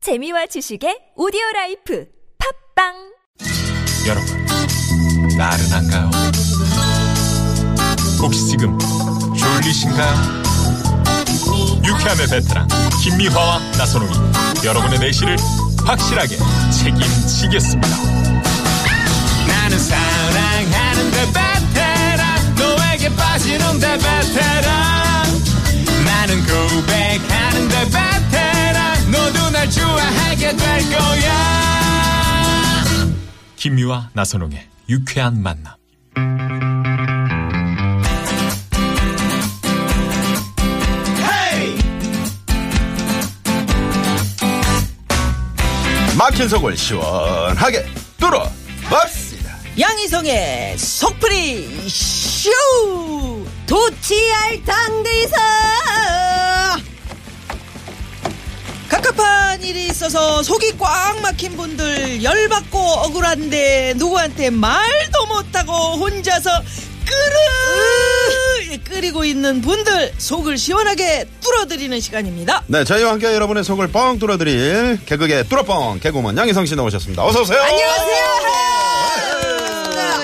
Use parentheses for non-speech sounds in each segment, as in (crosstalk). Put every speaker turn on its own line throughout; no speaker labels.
재미와 지식의 오디오 라이프 팝빵
여러분, 나른한가요? 혹시 지금 졸리신가요? 유쾌함의 베테랑 김미화와 나선홍이 여러분의 내실을 확실하게 책임지겠습니다.
나는 사랑하는데 베테랑 너에게 빠지는데 베테랑 나는 고백하는데 베테랑 너도 날 좋아하게 될 거야
김유와 나선홍의 유쾌한 만남.
막힌 속을 시원하게 뚫어봅시다.
양희성의 속풀이 쇼 도치알 당대이사 갑갑한 일이 있어서 속이 꽉 막힌 분들 열받고 억울한데 누구한테 말도 못하고 혼자서 끓으 끓이고 있는 분들 속을 시원하게 뚫어드리는 시간입니다
네, 저희와 함께 여러분의 속을 뻥 뚫어드릴 개그의 뚫어뻥 개그우먼 양희성 씨 나오셨습니다. 어서 오세요.
안녕하세요. 어.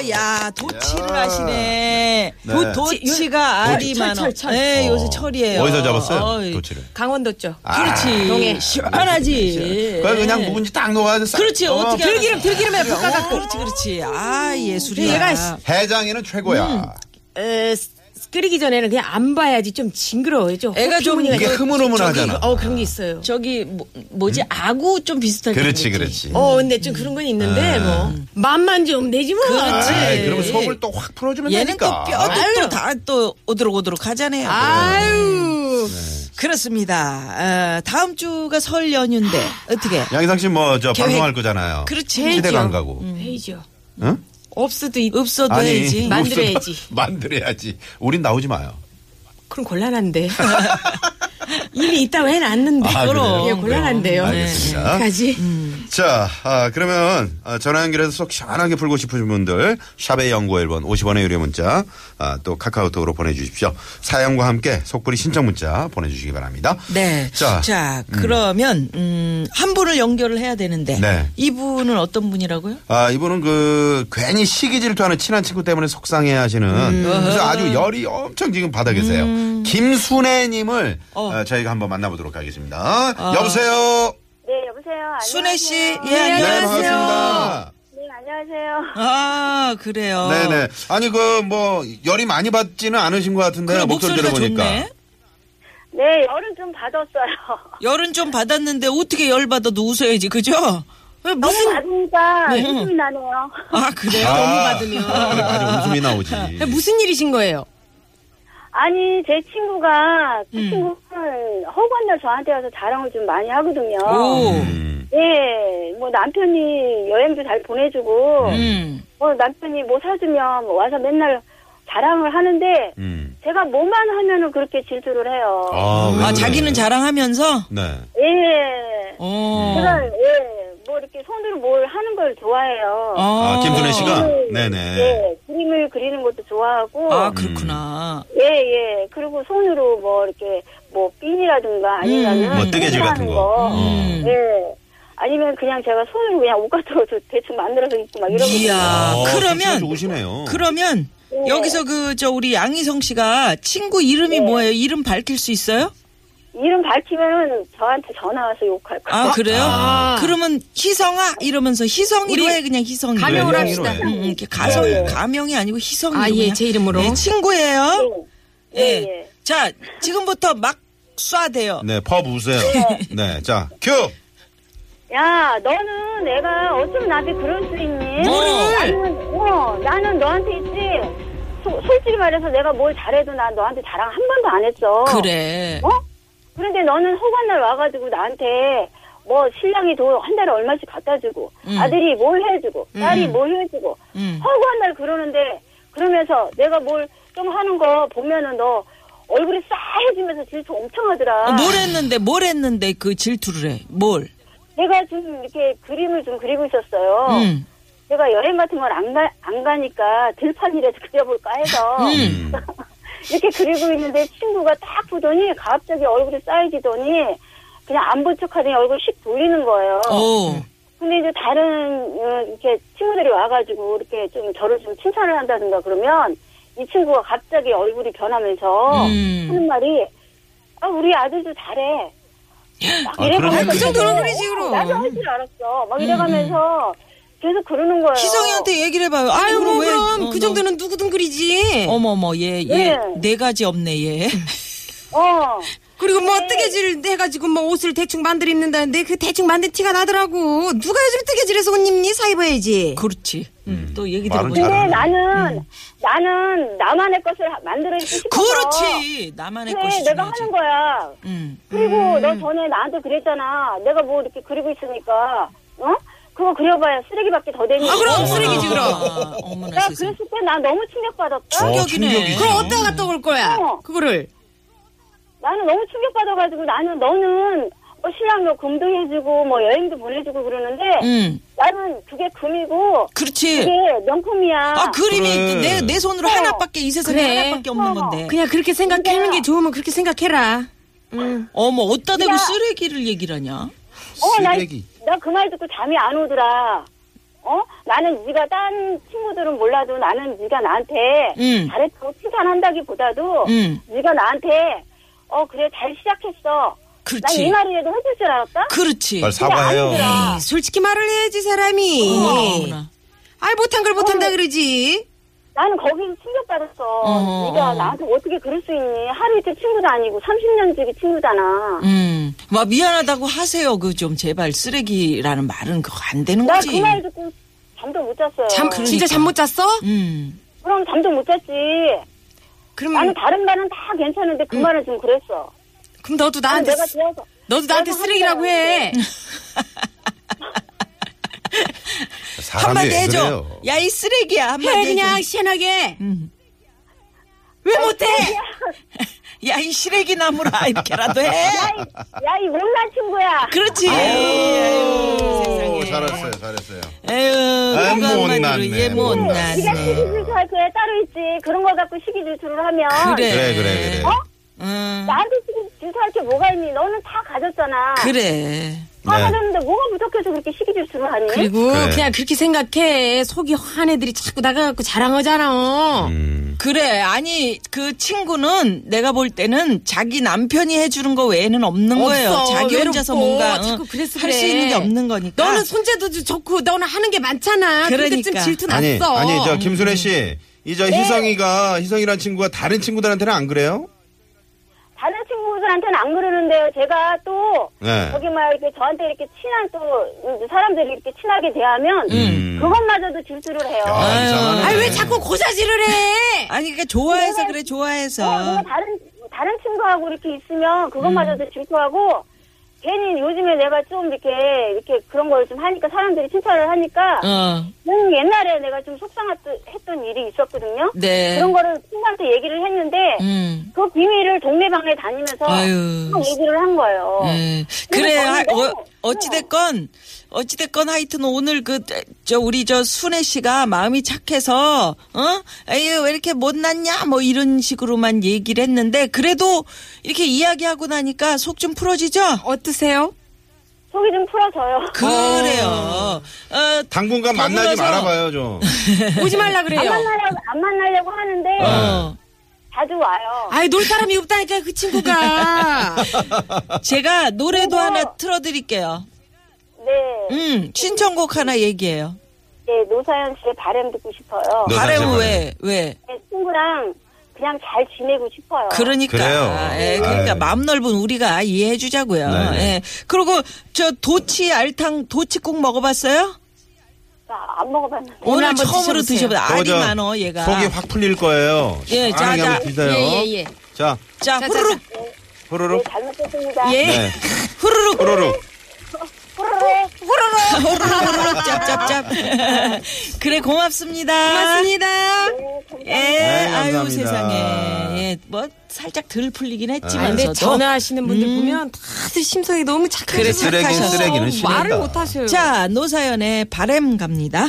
야 도치를
야.
하시네. 도, 도치가 알이 많아. 네, 요새 철이에요.
어디서 잡았어요? 그
어이.
도치를.
강원도 쪽.
그렇지. 아, 시원하지.
그거 그냥 묵은지 딱 녹아서.
예. 그렇지.
어,
어떻게 들기름 들기름에
볶아갖고.
그렇지 그렇지. 아 예술이야.
얘가
해장에는 최고야.
음.
어, 스- 끓이기 전에는 그냥 안 봐야지 좀 징그러워요. 좀
애가
혹시
좀
모르니까
이게
좀-
흐물흐물하잖아.
저기, 어 그런 게 있어요.
저기 뭐, 지 아구 좀 비슷한.
그렇지, 그렇지.
어 근데 좀 그런 건
네.
있는데 뭐 맛만 좀 내지 뭐.
그렇지.
아이, 그러면 속을 또 확 풀어주면
얘는
되니까.
또 뼈도 다또 오도록오도록 하잖아요.
아유.
그렇습니다. 어, 다음 주가 설 연휴인데 어떻게?
양희성 씨 뭐 저
계획.
방송할 거잖아요.
그렇지. 음.
시대가 안 가고.
헤이죠.
응?
없어도 있-
없어도 해야지.
아니,
만들어야지.
없어도 만들어야지. 우린 나오지 마요.
그럼 곤란한데. (laughs) 이미 있다고 해놨는데.
아, 그래요? 네,
예, 곤란한데요.
알겠습니다.
까지
음,
자, 아, 그러면 아, 전화 연결해서 속 시원하게 풀고 싶으신 분들 샵의 연구 1번 50원의 유료 문자 아, 또 카카오톡으로 보내주십시오. 사연과 함께 속풀이 신청 문자 보내주시기 바랍니다.
네.
자,
자, 그러면 음, 한 분을 연결을 해야 되는데
네.
이분은 어떤 분이라고요?
아, 이분은 그 괜히 시기 질투하는 친한 친구 때문에 속상해 하시는 그래서 아주 열이 엄청 지금 받아 계세요. 김순애 님을 아, 저희가 한번 만나보도록 하겠습니다. 여보세요.
네, 여보세요.
순애 씨,
안녕하세요.
예
네, 반갑습니다.
네, 안녕하세요.
아 그래요.
네네. 아니 그 뭐 열이 많이 받지는 않으신 것 같은데
그래
목소리
목소리가
들어보니까.
좋네.
네, 열은 좀 받았어요. (laughs)
열은 좀 받았는데 어떻게 열 받아도 웃어야지 그죠? 왜
너무
무슨
받으니까
네.
웃음이 나네요.
아 그래요?
아,
너무 받으면.
아, 그래, 맞아 웃음이 나오지.
무슨 일이신 거예요?
아니, 제 친구가, 그
음.
친구는 허구한날 저한테 와서 자랑을 좀 많이 하거든요.
오.
음.
네, 뭐 남편이 여행도 잘 보내주고,
음.
뭐 남편이 뭐 사주면 와서 맨날 자랑을 하는데,
음.
제가 뭐만 하면은 그렇게 질투를 해요.
아, 왜
아
그래?
자기는 자랑하면서.
네.
예.
어.
제가, 예, 뭐 이렇게 손으로 뭘 하는 걸 좋아해요.
어.
아, 김순애 씨가?
그림을,
네네.
예, 그림을 그리는 것도 좋아하고.
음.
아 그렇구나.
예, 예. 그리고 손으로 뭐 이렇게 뭐 핀이라든가 아니면은.
뭐 뜨개질 같은
하는
거.
음.
예. 아니면 그냥 제가 손으로 그냥 옷 같은 거 대충 만들어서 입고 막 이러고.
이야.
어, 진짜
아, 그러면
좋으시네요.
그러면 여기서 그 저 우리 양희성 씨가 친구 이름이
네.
뭐예요? 이름 밝힐 수 있어요?
이름 밝히면은 저한테 전화 와서 욕할 거예요.
아 그래요?
아.
그러면 희성아 이러면서 희성이로
우리
해 그냥 희성이.
가명을
네,
합시다.
이름으로
음,
해.
음, 이렇게 가성
네.
가명이 아니고 희성이.
아, 예, 제 이름으로.
네, 친구예요.
예, 예.
자 지금부터 막 쏴대요.
네, 펍 우세요. 네, 자, 큐!
야, 너는 애가 어쩜 나한테 그럴 수 있니?
뭐를?
나는, 어, 나는 너한테 있지. 소- 솔직히 말해서 내가 뭘 잘해도 난 너한테 자랑 한 번도 안 했어.
그래.
어? 그런데 너는 허구한 날 와가지고 나한테 뭐 신랑이 돈 한 달에 얼마씩 갖다 주고 아들이 뭘 해주고 딸이 뭘 해주고
음.
허구한 날 그러는데 그러면서 내가 뭘 좀 하는 거 보면은 너 얼굴이 싸해지면서 질투 엄청 하더라.
어, 뭘 했는데 뭘 했는데 그 질투를 해. 뭘?
내가 지금 이렇게 그림을 좀 그리고 있었어요.
음.
제가 여행 같은 걸 안 가, 안 가니까 들판이라도 (laughs) 그려볼까 해서 (laughs)
음.
이렇게 그리고 있는데 친구가 딱 보더니 갑자기 얼굴이 쌓여지더니 그냥 안 본 척하더니 얼굴 씩 돌리는 거예요.
어.
근데 이제 다른 어, 이렇게 친구들이 와가지고 이렇게 좀 저를 좀 칭찬을 한다든가 그러면 이 친구가 갑자기 얼굴이 변하면서
음.
하는 말이 아 우리 아들도 잘해. 막
아,
이래가면서
그러네. 음, 그
정도는 그러지, 그럼.
어, 나도 할 줄 알았어. 막 이래가면서 계속 그러는 거예요.
희성이한테 얘기를 해봐요. 아니,
아유,
그럼 왜-
그럼
어,
그
너-
정도는 누구든 그리지.
어머, 어머, 얘, 얘,
예.
네 가지 없네, 얘. (laughs)
어.
그리고
네.
뭐 뜨개질 해가지고 뭐 옷을 대충 만들어 입는다는데 그 대충 만든 티가 나더라고. 누가 요즘 뜨개질해서 옷 입니? 사 입어야지.
그렇지. 음, 또 얘기
말은
들어보니까.
잘하네.
근데 나는
음.
나는 나만의 것을 만들어주고 싶어서
그렇지. 나만의
그래
것이
내가
중요하지.
하는 거야.
음.
그리고 너 전에 나한테 그랬잖아. 내가 뭐 이렇게 그리고 있으니까, 어? 그거 그려봐야 쓰레기밖에 더 되니.
아, 그럼 쓰레기지, 아,
그럼.
어머나
나
세상에.
그랬을 때 나 너무 충격받았다.
충격이네.
그럼 어디다 갖다 올 거야?
어.
그거를.
나는 너무 충격받아가지고 나는 너는 뭐 신랑 너 금도 해주고 뭐 여행도 보내주고 그러는데
음.
나는 그게 금이고
그렇지.
그게 명품이야.
아, 그림이
그래.
내, 내 손으로
어.
하나밖에, 이 세상에
그래.
하나밖에 없는
어.
건데.
그냥 그렇게 생각하는 게 좋으면 그렇게 생각해라.
어머, 어디다 대고
야.
쓰레기를 얘기를 하냐?
어,
쓰레기.
나나 그 말 듣고 잠이 안 오더라. 어? 나는 네가 딴 친구들은 몰라도 나는 네가 나한테
음.
잘했다고 칭찬한다기보다도
음.
네가 나한테 어 그래 잘 시작했어. 난
그렇지.
이 말이라도 해줄 줄 알았다.
그렇지.
빨리 사과해요.
그게 아니더라.
에이, 솔직히 말을 해야지 사람이.
어머나.
아이 못한 걸 못한다 그러지.
나는 거기서 충격받았어.
어허,
네가
어허.
나한테 어떻게 그럴 수 있니? 하루 이틀 친구도 아니고 30년 지기 친구잖아.
음. 막 미안하다고 하세요. 그 좀 제발 쓰레기라는 말은 그거 안 되는
나
거지.
그 말 듣고 잠도 못 잤어요.
잠
그러니까.
진짜 잠 못 잤어?
음.
그럼 잠도 못 잤지.
그럼
나는 다른 말은 다 괜찮은데
음.
그 말은 좀 그랬어.
그럼 너도
아,
나한테
내가
쓰-
지어서
너도 나한테
내가
쓰레기라고 해.
사람이
한마디
왜
해줘.
그래요?
야, 이 쓰레기야. 한마디
해
해줘.
네.
그냥 시원하게. 왜 못해?
야, (laughs) 이 쓰레기 나무라. 이렇게라도 해.
야 이 못난 친구야.
그렇지.
오,
아유,
잘했어요, 잘했어요. 아이,
아유,
못났네,
건강만으로 얘
못났어.
못났어.
네가 시기 질투할 거야 따로 있지. 그런 거 갖고 시기 질투를 하면
그래.
그래, 그래, 그래.
음,
나한테 시기 질투할 게 뭐가 있니? 너는 다 가졌잖아.
그래.
다
네.
가졌는데 뭐가 부족해서 그렇게 시기 질투를 하니?
그리고
네.
그래.
그냥 그렇게 생각해. 속이 화한 애들이 자꾸 나가갖고 자랑하잖아.
음,
그래. 아니, 그 친구는 내가 볼 때는 자기 남편이 해주는 거 외에는 없는 거예요.
없어.
자기
외롭고
혼자서 뭔가 어,
자꾸 그래서
할 수
그래.
있는 게 없는 거니까.
너는 손재도 좋고 너는 하는 게 많잖아. 근데 좀
그러니까.
질투 났어.
아니, 아니, 저 김순애 씨. 이저 희성이가 희성이란 친구가 다른 친구들한테는 안 그래요?
다른 친구들한테는 안 그러는데요. 제가 또
네.
거기 막 이렇게 저한테 이렇게 친한 또 사람들이 이렇게 친하게 대하면 그것마저도 질투를 해요.
음. 야,
어,
이상하네.
아니 왜 자꾸 고사질을 해?
아니, 그러니까 좋아해서 그래, 좋아해서.
뭔가 어, 다른 다른 친구하고 이렇게 있으면 그것마저도
음.
질투하고 괜히 요즘에 내가 좀 이렇게 이렇게 그런 걸 좀 하니까 사람들이 칭찬을 하니까
어.
음, 옛날에 내가 좀 속상했던 일이 있었거든요.
네.
그런 거를 친구한테 얘기를 했는데
음.
그 비밀을 동네방네 다니면서
아유.
막 얘기를 한 거예요.
어.
예. 그래, 하,
저는
어,
너무-
어찌됐건, 어찌됐건 하여튼 오늘 그, 저, 우리 저 순애 씨가 마음이 착해서, 어? 에휴, 왜 이렇게 못났냐? 뭐 이런 식으로만 얘기를 했는데, 그래도 이렇게 이야기하고 나니까 속 좀 풀어지죠?
어떠세요?
속이 좀 풀어져요.
그래요. 어,
당분간 만나지
더불어서-
말아봐요, 좀.
오지 말라 그래요.
안 만나려고, 안 만나려고 하는데
어.
자주 와요.
아이 놀 사람이 없다니까 그 친구가.
제가 노래도 하나 틀어드릴게요.
네,
음, 신청곡 하나 얘기해요.
네 노사연 씨의 바램 듣고 싶어요.
네.
바람
노사연
왜, 왜?
네, 친구랑 그냥 잘 지내고 싶어요.
그러니까.
그래요.
예, 그러니까
아유.
마음 넓은 우리가 이해해 주자고요.
네.
예. 그리고 저 도치 알탕 도치국 먹어봤어요?
아, 안 먹어봤는데.
오늘
오늘
한번
처음으로
드셔보세요.
드셔봐. 알이
저거 저
많어 얘가.
속이 확 풀릴 거예요.
예, 자,
시원하게
자.
한번 드세요.
예예예.
자,
자,
자, 자,
후루룩
호로록.
잘 먹겠습니다.
예.
네.
후루룩
호로록.
호로록.
후루룩 후루룩 짭짭짭. (laughs) 그래 고맙습니다.
고맙습니다.
예,
네,
아유
감사합니다.
세상에. 예, 뭐 살짝 덜 풀리긴
아, 근데
했지만서도.
전화하시는 분들 보면 다들 심성이 너무
그래,
착해서
쓰레기,
착하셔서
쓰레기는 싫다.
말을 못 하셔요.
자, 노사연의 바램 갑니다.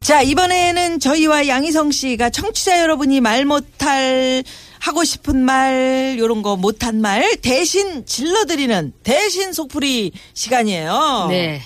자, 이번에는 저희와 양희성 씨가 청취자 여러분이 말 못할 하고 싶은 말 요런 거 못한 말 대신 질러드리는 대신 속풀이 시간이에요.
네.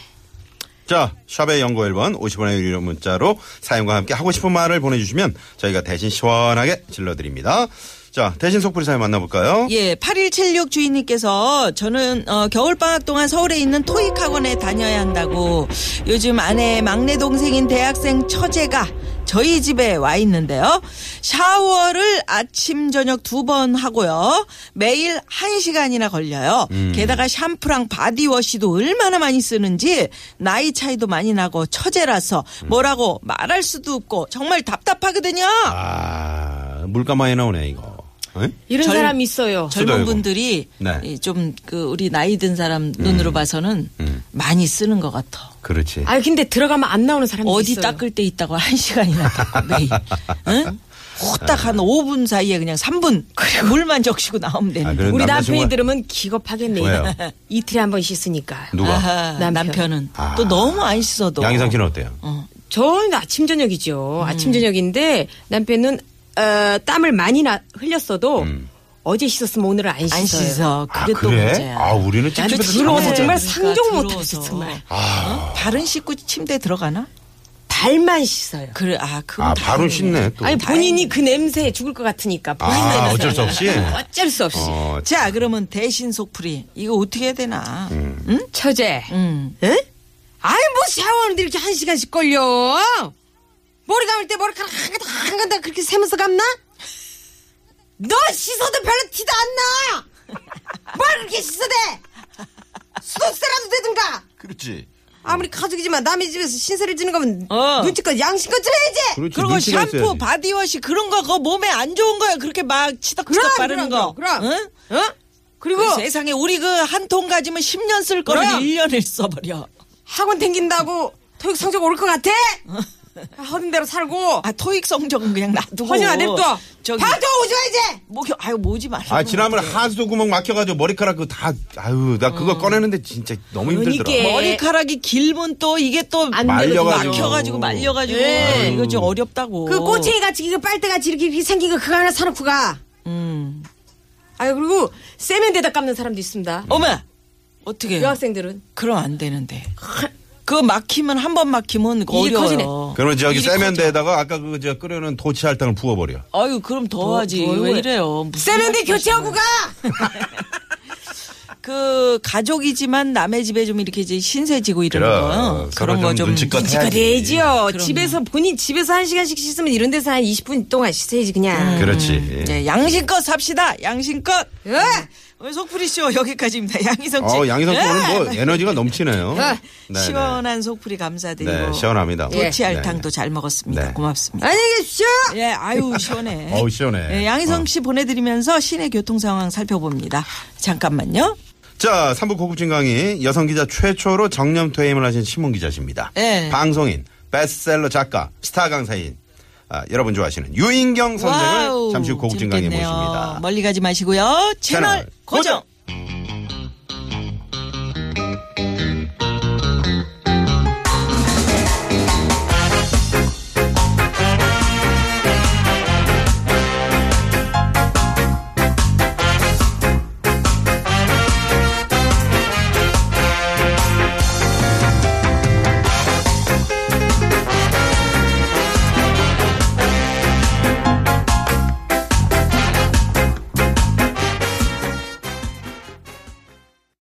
자, 샵의 연구 1번 50원의 유료 문자로 사연과 함께 하고 싶은 말을 보내주시면 저희가 대신 시원하게 질러드립니다. 자, 대신 속풀이 사연 만나볼까요?
예, 8176 주인님께서 저는 어, 겨울방학 동안 서울에 있는 토익 학원에 다녀야 한다고 요즘 아내의 막내 동생인 대학생 처제가 저희 집에 와 있는데요. 샤워를 아침 저녁 두 번 하고요. 매일 한시간이나 걸려요. 게다가 샴푸랑 바디워시도 얼마나 많이 쓰는지 나이 차이도 많이 나고 처제라서 뭐라고 말할 수도 없고 정말 답답하거든요.
아, 물가 많이 나오네, 이거. 응?
이런
젊-
사람 있어요.
젊은
쓰더라고.
분들이
네. 음.
좀 그 우리 나이 든 사람 눈으로 봐서는 많이 쓰는 것 같아.
그렇지.
아 근데 들어가면 안 나오는 사람이
어디
있어요.
닦을 때 있다고 한 시간이나 닦고
(laughs)
매일. 응? 호딱 한 5분 사이에 그냥 3분 물만 적시고 나오면
아,
되는데.
그런
우리
남자친구가-
남편이 들으면 기겁하겠네.
왜요?
이틀에 한 번 씻으니까.
누가?
아하,
남편.
남편은
아.
또 너무 안 씻어도
양희성 씨는 어때요?
저는 아침
음.
저녁이죠. 아침 저녁인데 남편은 어, 땀을 많이 나, 흘렸어도 어제 씻었으면 오늘은 안 씻어요.
안 씻어.
음. 아,
그게 또
그래?
문제야.
아, 우리는
나는
찝찝해서
들어와서
잠을
정말
못 자요.
상종
그러니까
못하겠어,
들어와서.
정말.
어? 발은 씻고 침대 들어가나?
발만 씻어요.
그래 아 그건
아, 발은
다행이네.
씻네, 또.
아니 본인이 그 냄새에 죽을 것 같으니까. 본인
아,
냄새에.
어쩔 수 없이?
어쩔 수 없이.
어,
자 그러면 대신 속풀이 이거 어떻게 해야 되나?
음.
처제.
음.
에? 아이 뭐 샤워하는데 이렇게 한 시간씩 걸려. 머리 감을 때 머리카락 한 가닥 한 가닥 그렇게 세면서 감나? 너 씻어도 별로 티도 안 나. 뭘 그렇게 씻어대? 수도세라도 되든가.
그렇지.
아무리 가족이지만 남의 집에서 신세를 지는 거면
어.
눈치껏 양심껏 해야지.
그렇지.
그리고
눈치가
샴푸,
있어야지.
바디워시 그런 거 그거 몸에 안 좋은 거야. 그렇게 막 치덕치덕
그럼,
바르는
그럼,
거.
그럼, 그럼.
응?
그리고
그 세상에 우리 그 한 통 가지면 10년 쓸 거를
그럼.
1년을 써버려.
학원 댕긴다고 토익 성적 오를 것 같아? 하던 대로 살고
어. 아 토익 성적은 그냥 놔두고.
허진아 냅둬.
저기
방도 오지 마 이제.
목이 아유 모지 말라.
아, 지난번에 하수도 구멍 막혀가지고 머리카락 그거 다, 아유, 나 그거 꺼내는데 진짜 너무 힘들더라.
그러니까.
어. 머리카락이 길면 또 이게 또
안
뭐. 말려가지고.
막혀가지고 말려가지고 아,
예.
이거 좀 어렵다고.
그 꼬챙이 같이 그 빨대 같이 이렇게 생긴 거 그거 하나 사놓고 가.
음.
아유 그리고 세면대다 감는 사람도 있습니다.
어머 어떻게?
여학생들은
그럼 안 되는데. 그거 막히면 한 번 막히면 그거
일이
어려워요.
커지네.
그러면 저기
일이
세면대에다가 아까 그 저 끓여놓은 도치 할당을 부어버려.
아유 그럼 더하지
더
뭐, 왜
이거야.
이래요 무슨
세면대
말씀하시는
교체하고 가.
거예요? 그 가족이지만 남의 집에 좀 이렇게 이제 신세지고 이러는
그럼, 서로
거 그런
좀
거좀
눈치껏 해야지.
이거 되지요.
그럼요.
집에서 본인 집에서 한 시간씩 씻으면 이런 데서 한 20분 동안 씻어야지 그냥.
그렇지.
예, 양심껏 삽시다 양심껏 네.
예.
오늘 속풀이쇼 여기까지입니다 (laughs) 양희성 씨
어, 양희성 씨
예.
오늘 뭐 에너지가 넘치네요. 네네.
(laughs) 아, 시원한 속풀이 감사드리고
네, 시원합니다.
도치
네.
알탕도 잘 먹었습니다
네.
고맙습니다
안녕히 계십시오.
예 아유 시원해
어우, 시원해.
예, 양희성 씨 보내드리면서 시내 교통 상황 살펴봅니다 잠깐만요
자, 3부 고급진 강의 여성 기자 최초로 정년 퇴임을 하신 신문 기자십니다.
예.
방송인, 베스트셀러 작가, 스타 강사인 아, 여러분 좋아하시는 유인경 선생을
와우,
잠시 후 고급진 강의에
재밌겠네요.
모십니다.
멀리 가지 마시고요. 채널,
채널
고정.
고정.